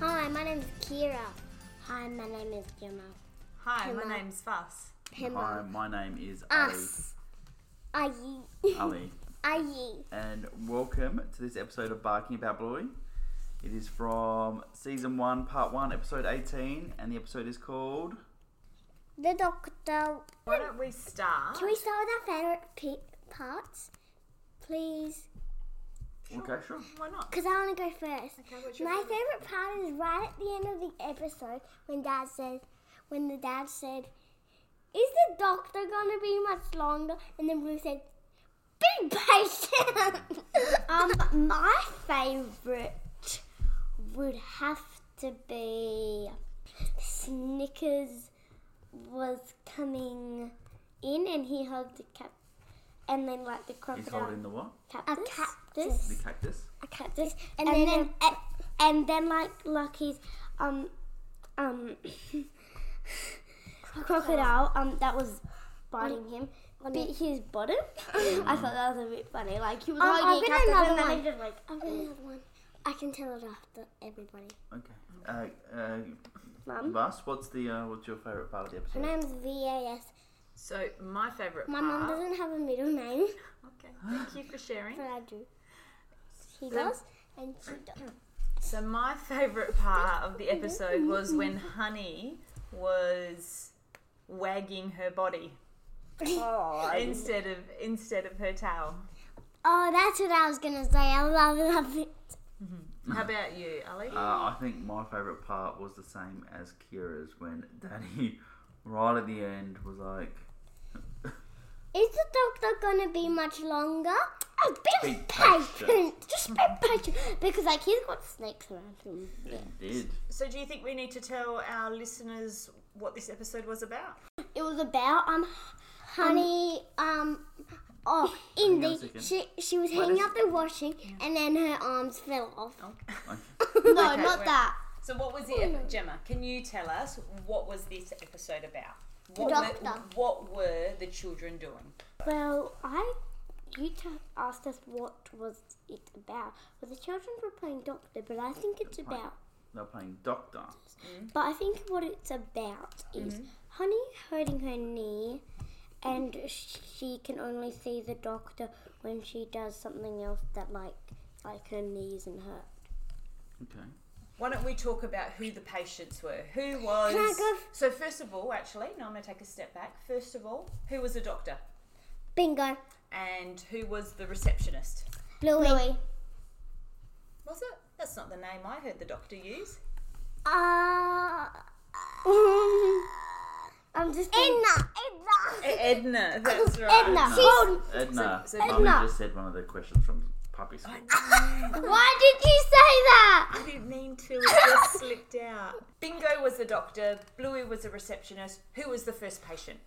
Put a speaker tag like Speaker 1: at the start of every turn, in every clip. Speaker 1: my name is Kira. Hi, my name is Gemma.
Speaker 2: Hi, my
Speaker 1: Hello.
Speaker 2: name's Fuss.
Speaker 1: Pema.
Speaker 3: Hi, my name is
Speaker 1: Ah, Us. Are you?
Speaker 3: Ali. Ali,
Speaker 1: Are you?
Speaker 3: and welcome to this episode of Barking About Bluey. It is from season one, part one, episode eighteen, and the episode is called.
Speaker 1: The doctor.
Speaker 2: Why don't we start?
Speaker 1: Can we start with our favourite pe- parts? Please.
Speaker 3: Okay, sure.
Speaker 2: Why not?
Speaker 1: Because I want to go first.
Speaker 2: Okay, what's your
Speaker 1: My
Speaker 2: favourite?
Speaker 1: favourite part is right at the end of the episode when Dad says, when the dad said, "Is the doctor gonna be much longer?" And then Blue said, "Be patient." um, my favourite would have to be Snickers was coming in and he hugged the cap, and then like the
Speaker 3: He's
Speaker 1: crocodile.
Speaker 3: holding the what?
Speaker 1: Cactus? A cactus
Speaker 3: The cactus.
Speaker 1: a cactus, and, then, and, and then like Lucky's um um crocodile um that was biting him bit his bottom. I thought that was a bit funny. Like he was
Speaker 4: Um, I've
Speaker 1: hugging a
Speaker 4: got
Speaker 1: cactus,
Speaker 4: another
Speaker 1: and then
Speaker 4: one.
Speaker 1: he just like I've got another one. I can tell it after everybody.
Speaker 3: Okay. Uh, uh,
Speaker 1: Mum,
Speaker 3: Vas, what's the uh, what's your favourite part of the
Speaker 1: her
Speaker 3: episode?
Speaker 1: name's VAS.
Speaker 2: So my favourite
Speaker 1: My
Speaker 2: part.
Speaker 1: mum doesn't have a middle name,
Speaker 2: Okay, thank you for sharing.
Speaker 1: but I do. She does, and she does.
Speaker 2: So my favourite part of the episode was when Honey was wagging her body instead of instead of her tail.
Speaker 1: Oh, that's what I was gonna say. I love love it.
Speaker 2: How
Speaker 1: Mm.
Speaker 2: about you, Ali?
Speaker 3: Uh, I think my favourite part was the same as Kira's when Daddy, right at the end, was like,
Speaker 1: Is the doctor gonna be much longer? Oh, be,
Speaker 3: Be
Speaker 1: patient.
Speaker 3: patient.
Speaker 1: Just be patient. Because, like, he's got snakes around him.
Speaker 3: "He did."
Speaker 2: So do you think we need to tell our listeners what this episode was about?
Speaker 1: It was about, um, honey, um, oh, Indy.
Speaker 3: a second.
Speaker 1: She, she was hanging up the washing and then her arms fell off.
Speaker 4: No,
Speaker 2: Okay,
Speaker 4: not
Speaker 2: wait.
Speaker 4: that.
Speaker 2: So what was the epi- Gemma? Can you tell us what was this episode about? What Were,
Speaker 1: doctor.
Speaker 2: what were the children doing?
Speaker 1: Well, I. You t- asked us what was it about. Well, the children were playing doctor, but I think it's about
Speaker 3: They're playing doctor.
Speaker 1: But I think what it's about is Honey hurting her knee, and she can only see the doctor when she does something else that like like her knee isn't hurt.
Speaker 3: Okay.
Speaker 2: Why don't we talk about who the patients were? Who was?
Speaker 1: Can I go f-
Speaker 2: so first of all, actually, no, I'm going to take a step back. First of all, who was the doctor
Speaker 1: Bingo,
Speaker 2: and who was the receptionist?
Speaker 1: Bluey.
Speaker 2: Was it? That's not the name I heard the doctor use.
Speaker 1: Uh, I'm just Edna. Edna.
Speaker 2: E- Edna, that's right.
Speaker 1: Oh, Edna.
Speaker 3: Edna.
Speaker 2: So- so-
Speaker 3: Mummy
Speaker 1: Edna.
Speaker 3: just said one of the questions from Puppy School.
Speaker 1: Why did you say that?
Speaker 2: I didn't mean to. It just slipped out. Bingo was the doctor. Bluey was the receptionist. Who was the first patient?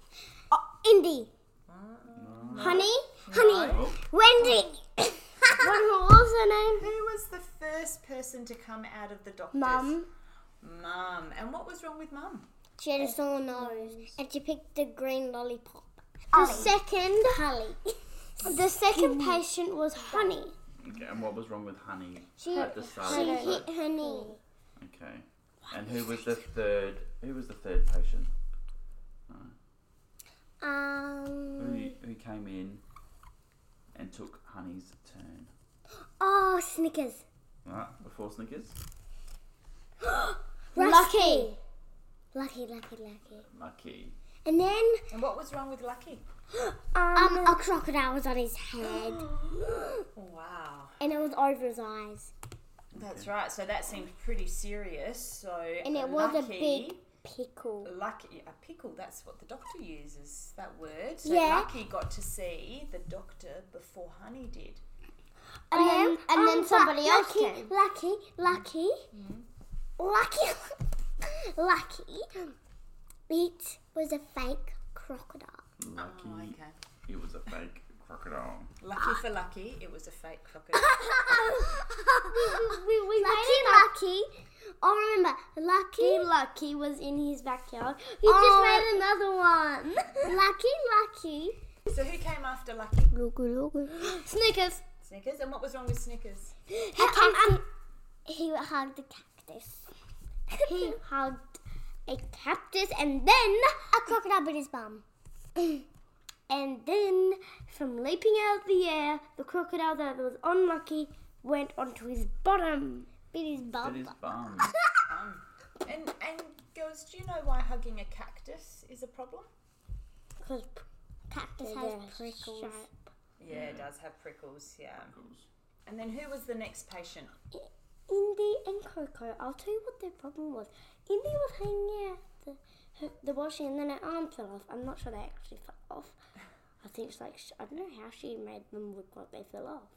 Speaker 1: Oh, Indy. Honey. Honey.
Speaker 3: No.
Speaker 1: Wendy. what was her
Speaker 2: Who
Speaker 1: name?
Speaker 2: was the first person to come out of the doctor's?
Speaker 1: Mum.
Speaker 2: Mum. And what was wrong with Mum?
Speaker 1: Um, She had a sore nose, and she picked the green lollipop. The second, Holly. The second patient was Honey.
Speaker 3: Okay, and what was wrong with Honey
Speaker 1: She-
Speaker 3: at the start?
Speaker 1: She
Speaker 3: of the
Speaker 1: hit her knee.
Speaker 3: Okay. And who was the third? Who was the third patient?
Speaker 1: Um.
Speaker 3: Who, who came in and took Honey's turn?
Speaker 1: Oh, Snickers.
Speaker 3: Right, before Snickers?
Speaker 1: Rusty. Lucky, lucky, lucky.
Speaker 3: Lucky.
Speaker 1: And then,
Speaker 2: And what was wrong with Lucky?
Speaker 1: um, a crocodile was on his head,
Speaker 2: Wow.
Speaker 1: and it was over his eyes,
Speaker 2: That's right. So that seemed pretty serious. So
Speaker 1: and it was
Speaker 2: Lucky,
Speaker 1: a big pickle.
Speaker 2: Lucky, a pickle. That's what the doctor uses that word. So
Speaker 1: Yeah.
Speaker 2: Lucky got to see the doctor before Honey did.
Speaker 4: And then, and
Speaker 1: Um,
Speaker 4: then
Speaker 1: but
Speaker 4: somebody else
Speaker 1: lucky,
Speaker 4: came.
Speaker 1: Lucky, lucky, lucky, lucky. It was a fake crocodile.
Speaker 3: Lucky.
Speaker 2: Oh, okay.
Speaker 3: It was a fake crocodile.
Speaker 2: Lucky for Lucky, it was a fake crocodile.
Speaker 1: we, we lucky, lucky. Oh, remember, lucky, lucky was in his backyard. He
Speaker 4: Oh.
Speaker 1: just made another one. lucky, lucky.
Speaker 2: so who came after Lucky?
Speaker 1: Snickers.
Speaker 2: Snickers. And what was wrong with Snickers?
Speaker 1: Um, um, he hugged the cactus. he hugged a cactus and then a crocodile bit his bum. And then, from leaping out of the air, the crocodile that was unlucky went onto his bottom. Bit his bum.
Speaker 3: It is bum.
Speaker 2: Um, and and girls, do you know why hugging a cactus is a problem?
Speaker 1: Because cactus has prickles.
Speaker 2: Yeah, it does have prickles. Yeah. And then who was the next patient?
Speaker 1: Indy and Coco, I'll tell you what their problem was. Indy was hanging out the, her, the washing and then her arm fell off. I'm not sure they actually fell off. I think it's like, sh- I don't know how she made them look like they fell off.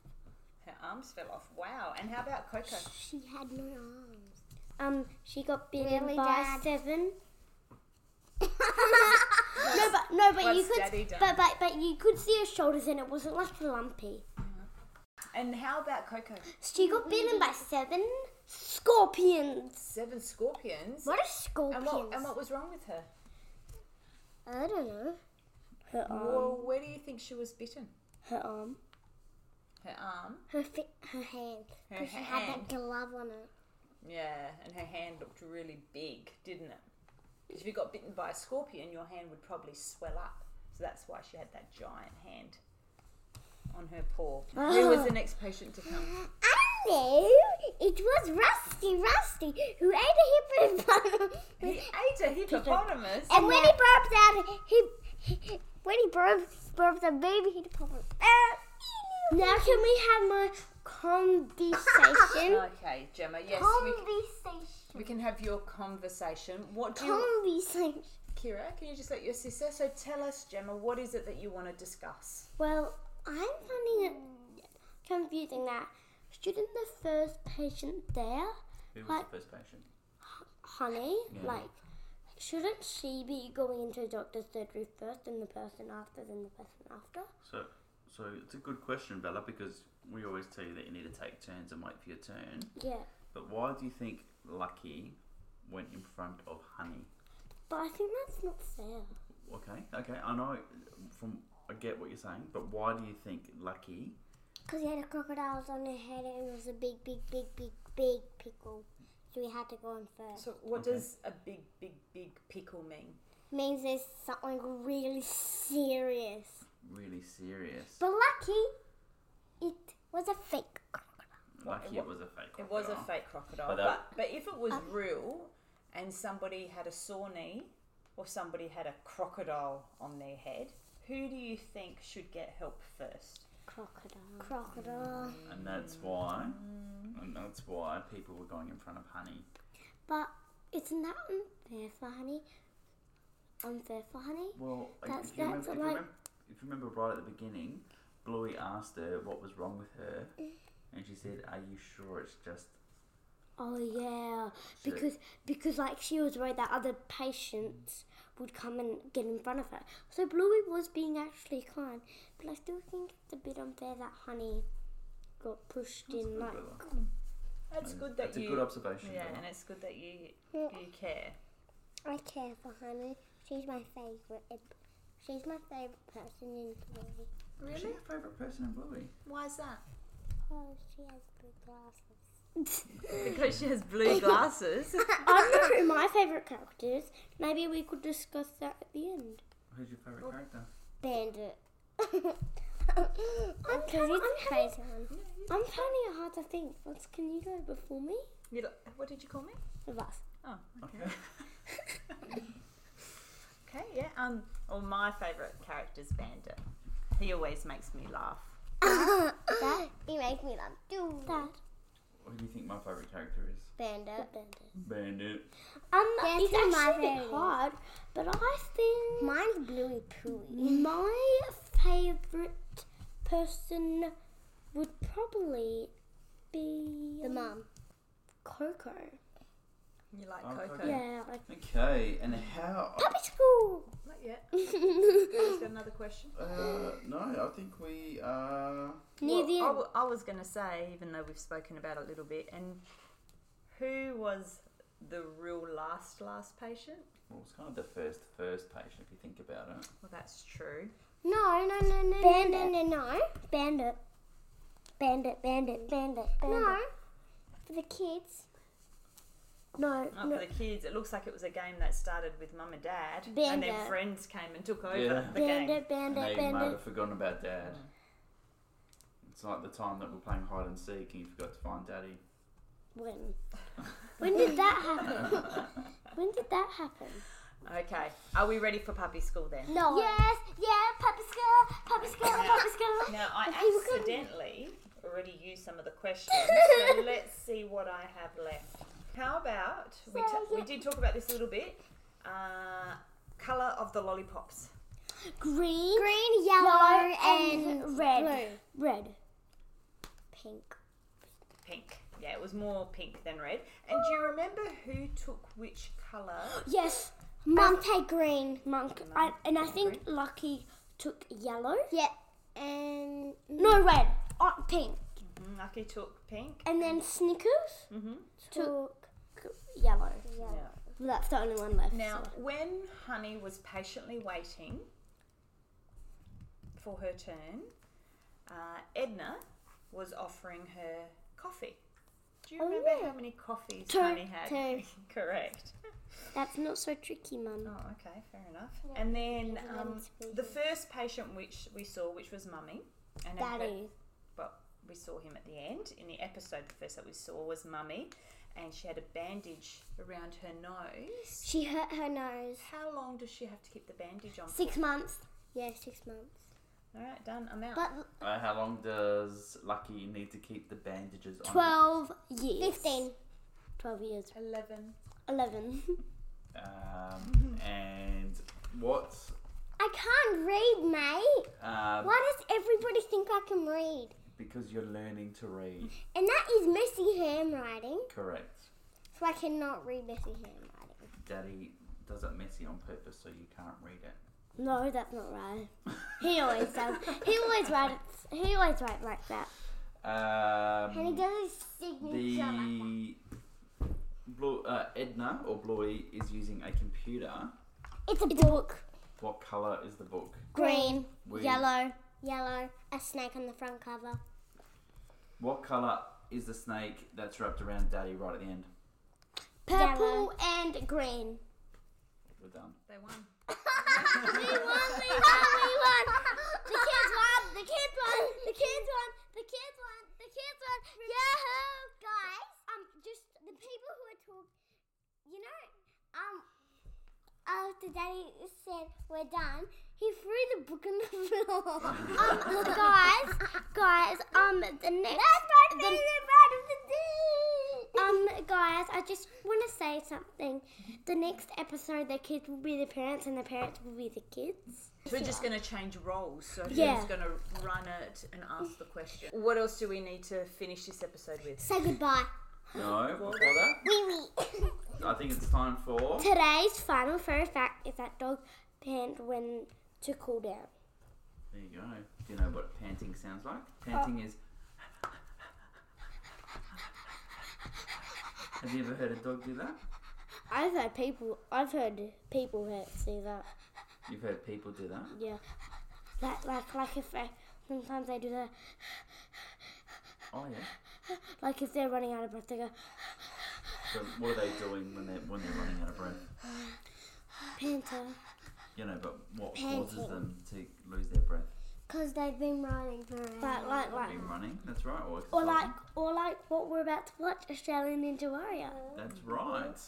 Speaker 2: Her arms fell off. Wow. And how about Coco?
Speaker 1: She had no arms. Um, she got bitten
Speaker 4: Really,
Speaker 1: by
Speaker 4: Dad?
Speaker 1: seven. no, but no, but you
Speaker 2: What's Daddy
Speaker 1: could,
Speaker 2: done?
Speaker 1: but, but but you could see her shoulders, and it wasn't like lumpy.
Speaker 2: And how about Coco?
Speaker 1: She got bitten by seven scorpions.
Speaker 2: Seven scorpions.
Speaker 1: What are scorpions?
Speaker 2: And what and what was wrong with her?
Speaker 1: I don't know. Her arm.
Speaker 2: Well, where do you think she was bitten?
Speaker 1: Her arm.
Speaker 2: Her arm.
Speaker 1: Her fi- her hand.
Speaker 2: Her
Speaker 1: 'Cause she had
Speaker 2: hand.
Speaker 1: that glove on her.
Speaker 2: Yeah, and her hand looked really big, didn't it? If you got bitten by a scorpion, your hand would probably swell up. So that's why she had that giant hand on her paw. Who was the next patient to come?
Speaker 1: I know. It was Rusty. Rusty who ate a hippopotamus.
Speaker 2: He ate a hippopotamus.
Speaker 1: And when he burps out, he, he when he burps burps a baby hippopotamus. Now can we have my conversation?
Speaker 2: Okay, Gemma, yes, we, c-
Speaker 1: conversation.
Speaker 2: we can have your conversation. What do you,
Speaker 1: Conversation.
Speaker 2: Kira, can you just let your sister, so tell us, Gemma, what is it that you want to discuss?
Speaker 1: Well, I'm finding it confusing that shouldn't the first patient there,
Speaker 3: Who was
Speaker 1: What?
Speaker 3: the first patient?
Speaker 1: honey,
Speaker 3: Yeah.
Speaker 1: like, shouldn't she be going into a doctor's surgery first, and the person after, then the person after?
Speaker 3: So, so it's a good question, Bella, because we always tell you that you need to take turns and wait for your turn.
Speaker 1: Yeah.
Speaker 3: But why do you think Lucky went in front of Honey?
Speaker 1: But I think that's not fair.
Speaker 3: Okay, okay, I know. From I get what you're saying, but why do you think Lucky?
Speaker 1: Because he had a crocodile on his head and it was a big, big, big, big, big pickle. So we had to go in first.
Speaker 2: So, what
Speaker 3: Okay.
Speaker 2: does a big, big, big pickle mean?
Speaker 1: Means there's something really serious.
Speaker 3: Really serious.
Speaker 1: But lucky, it was a fake crocodile.
Speaker 3: Lucky,
Speaker 2: what-
Speaker 3: it was a fake.
Speaker 2: It was a
Speaker 3: crocodile.
Speaker 2: fake crocodile,
Speaker 3: But uh,
Speaker 2: but,
Speaker 3: that-
Speaker 2: but if it was real and somebody had a sore knee or somebody had a crocodile on their head, who do you think should get help first?
Speaker 1: Crocodile. Crocodile.
Speaker 3: And that's why, and that's why people were going in front of Honey.
Speaker 1: But isn't that unfair for honey? Unfair for honey?
Speaker 3: Well, if-
Speaker 1: That's-
Speaker 3: if, you remember,
Speaker 1: that's
Speaker 3: if, you
Speaker 1: like-
Speaker 3: remember, if you remember right at the beginning, Bluey asked her what was wrong with her, and she said, "Are you sure it's just?"
Speaker 1: Oh yeah,
Speaker 3: Sure.
Speaker 1: because because like she was worried that other patients would come and get in front of her. So Bluey was being actually kind, but I still think it's a bit unfair that Honey got pushed in
Speaker 3: good,
Speaker 1: like
Speaker 3: Bella.
Speaker 2: That's good that
Speaker 3: Mm, That's
Speaker 2: you.
Speaker 3: a good observation.
Speaker 2: yeah,
Speaker 3: Bella.
Speaker 2: and it's good that you
Speaker 1: Yeah.
Speaker 2: you care.
Speaker 1: I care for Honey. She's my favorite. She's my favorite person in Bluey
Speaker 3: Is she your favourite person in Bluey?
Speaker 2: Why is that?
Speaker 1: Oh, she has blue glasses.
Speaker 2: Because she has blue glasses.
Speaker 1: I don't know who my favorite character is. Maybe we could discuss that at the end.
Speaker 3: Who's your favourite character?
Speaker 1: Bandit. I'm kind of crazy. I'm finding it hard to think. What's can you go before me?
Speaker 2: you lo- what did you call me?
Speaker 1: The bus.
Speaker 2: Oh,
Speaker 3: Okay.
Speaker 2: okay, yeah. Um, well, my favourite character's Bandit. He always makes me laugh.
Speaker 1: That Ah, you make me laugh. Do that.
Speaker 3: What do you think my favourite character is?
Speaker 1: Bandit. Bandit.
Speaker 3: Bandit.
Speaker 1: Um,
Speaker 4: That's
Speaker 1: it's
Speaker 4: my
Speaker 1: actually a bit
Speaker 4: favourite.
Speaker 1: hard, but I think
Speaker 4: Mine's bluey pooey.
Speaker 1: my favorite person would probably be
Speaker 4: The mum.
Speaker 1: Coco.
Speaker 2: You like
Speaker 3: Oh,
Speaker 2: Coco?
Speaker 3: Coco.
Speaker 1: Yeah, like
Speaker 3: Okay, and how?
Speaker 1: puppy school.
Speaker 2: Not yet. Who's got another question?
Speaker 3: Uh, no, I think we uh, are.
Speaker 1: Near
Speaker 2: Well,
Speaker 1: the
Speaker 2: I
Speaker 1: end.
Speaker 2: wa- I was going to say, even though we've spoken about it a little bit, and who was the real last last patient?
Speaker 3: Well, it's kind of the first first patient if you think about it.
Speaker 2: Well, that's true.
Speaker 1: No, no, no, no,
Speaker 4: Bandit.
Speaker 1: no, no, no.
Speaker 4: Bandit. Bandit, bandit, bandit, bandit.
Speaker 1: No. For the kids. No,
Speaker 2: Not
Speaker 1: no.
Speaker 2: for the kids. It looks like it was a game that started with mum and dad, and then
Speaker 1: Bandit.
Speaker 2: friends came and took over
Speaker 3: Yeah.
Speaker 2: the game.
Speaker 1: Bandit,
Speaker 3: And
Speaker 1: bandit,
Speaker 3: they might
Speaker 1: bandit.
Speaker 3: have forgotten about dad. It's like the time that we're playing hide and seek and you forgot to find daddy.
Speaker 1: When? When did that happen? when did that happen?
Speaker 2: Okay, are we ready for puppy school then?
Speaker 1: No.
Speaker 4: Yes, yeah, Papa Skull, Papa Skull, Papa Skull.
Speaker 2: Now I
Speaker 4: Okay, we're good.
Speaker 2: accidentally already used some of the questions, so let's see what I have left. How about we,
Speaker 4: So,
Speaker 2: t- we
Speaker 4: yeah.
Speaker 2: did talk about this a little bit. Uh, color of the lollipops.
Speaker 1: Green,
Speaker 4: Green, yellow, and,
Speaker 1: red.
Speaker 4: blue.
Speaker 1: Red. Pink.
Speaker 2: Pink. Yeah, it was more pink than red. And do you remember who took which color?
Speaker 1: Yes.
Speaker 4: Monte green.
Speaker 1: Monk. I, and I think Lucky took yellow.
Speaker 4: Yeah, and
Speaker 1: No, red. Uh, pink.
Speaker 2: Lucky took pink.
Speaker 1: And then Snickers
Speaker 2: hmm
Speaker 1: took yellow.
Speaker 2: Yeah.
Speaker 1: That's the only one left.
Speaker 2: Now,
Speaker 1: so.
Speaker 2: when Honey was patiently waiting for her turn, uh, Edna was offering her coffee. Do you
Speaker 1: Oh,
Speaker 2: remember
Speaker 1: yeah.
Speaker 2: how many coffees
Speaker 1: Two,
Speaker 2: Honey had?
Speaker 1: two.
Speaker 2: Correct.
Speaker 1: That's not so tricky, Mum.
Speaker 2: Oh, okay, fair enough. And then
Speaker 1: Yeah,
Speaker 2: um,
Speaker 1: it's really
Speaker 2: the first patient which we saw, which was Mummy, and her-
Speaker 1: Daddy.
Speaker 2: well, we saw him at the end in the episode. The first that we saw was Mummy, and she had a bandage around her nose.
Speaker 1: She hurt her nose.
Speaker 2: How long does she have to keep the bandage on?
Speaker 1: Six months. Yeah, six months.
Speaker 2: All right, done. I'm out.
Speaker 1: But
Speaker 3: Uh, how long does Lucky need to keep the bandages on?
Speaker 1: 12 years.
Speaker 4: 15.
Speaker 1: 12 years.
Speaker 2: Eleven.
Speaker 1: 11.
Speaker 3: Um, and what?
Speaker 4: I can't read, mate.
Speaker 3: Um,
Speaker 4: Why does everybody think I can read?
Speaker 3: Because you're learning to read.
Speaker 4: And that is messy handwriting,
Speaker 3: Correct.
Speaker 4: so I cannot read messy handwriting.
Speaker 3: Daddy does it messy on purpose so you can't read it.
Speaker 1: No, that's not right. He always does. He always writes. He always writes like that.
Speaker 4: And he
Speaker 3: Um,
Speaker 4: does his signature like that.
Speaker 3: the Blue, uh, Edna or Bluey is using a computer.
Speaker 1: It's a book.
Speaker 3: What color is the book?
Speaker 4: Green,
Speaker 3: We-
Speaker 1: Yellow.
Speaker 4: yellow, a snake on the front cover.
Speaker 3: What color is the snake that's wrapped around Daddy right at the end?
Speaker 1: Purple and green.
Speaker 3: We're done.
Speaker 2: They won.
Speaker 4: we won, we won, we won. The kids won, the kids won, the kids won, the kids won, the kids won. Yahoo! Guys, um, just the people who are talking, you know, um, after Daddy said we're done, he threw the book on the floor. um, guys,
Speaker 1: Guys, um, the next.
Speaker 4: that's my
Speaker 1: the-
Speaker 4: favorite part of the day.
Speaker 1: um, guys, I just want to say something. The next episode, the kids will be the parents, and the parents will be the kids.
Speaker 2: We're just going to change roles. So
Speaker 1: Yeah.
Speaker 2: who's going to run it and ask the question? What else do we need to finish this episode with?
Speaker 4: Say goodbye.
Speaker 3: No, before that,
Speaker 4: Wee wee.
Speaker 3: I think it's time for.
Speaker 1: Today's final fun fact is that dogs pant when to cool down.
Speaker 3: There you go. Do you know what panting sounds like? Panting is. Have you ever heard a dog do that?
Speaker 1: I've heard people. I've heard people hurt say that.
Speaker 3: You've heard people do that.
Speaker 1: Yeah, like like like if they, sometimes they do that.
Speaker 3: Oh yeah.
Speaker 1: Like if they're running out of breath, they go
Speaker 3: So what are they doing when they're when they're running out of breath?
Speaker 1: panther.
Speaker 3: You know, but what causes them to lose their breath?
Speaker 4: Because they've been running forever.
Speaker 1: Like like like.
Speaker 3: Been running. That's right.
Speaker 1: Uh-huh.
Speaker 3: Or,
Speaker 1: Or
Speaker 3: exercising.
Speaker 1: like, or like what we're about to watch, Australian Ninja Warrior.
Speaker 3: That's right.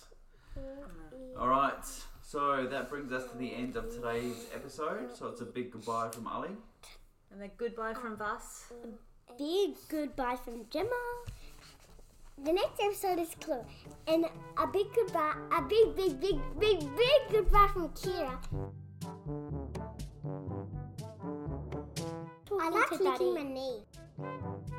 Speaker 3: All right. So that brings us to the end of today's episode. So it's a big goodbye from Ali.
Speaker 2: And a goodbye from us.
Speaker 1: Big goodbye from Gemma.
Speaker 4: The next episode is Clue, and a big goodbye, a big, big, big, big, big goodbye from Kira. I like
Speaker 1: to Daddy.
Speaker 4: licking my knee.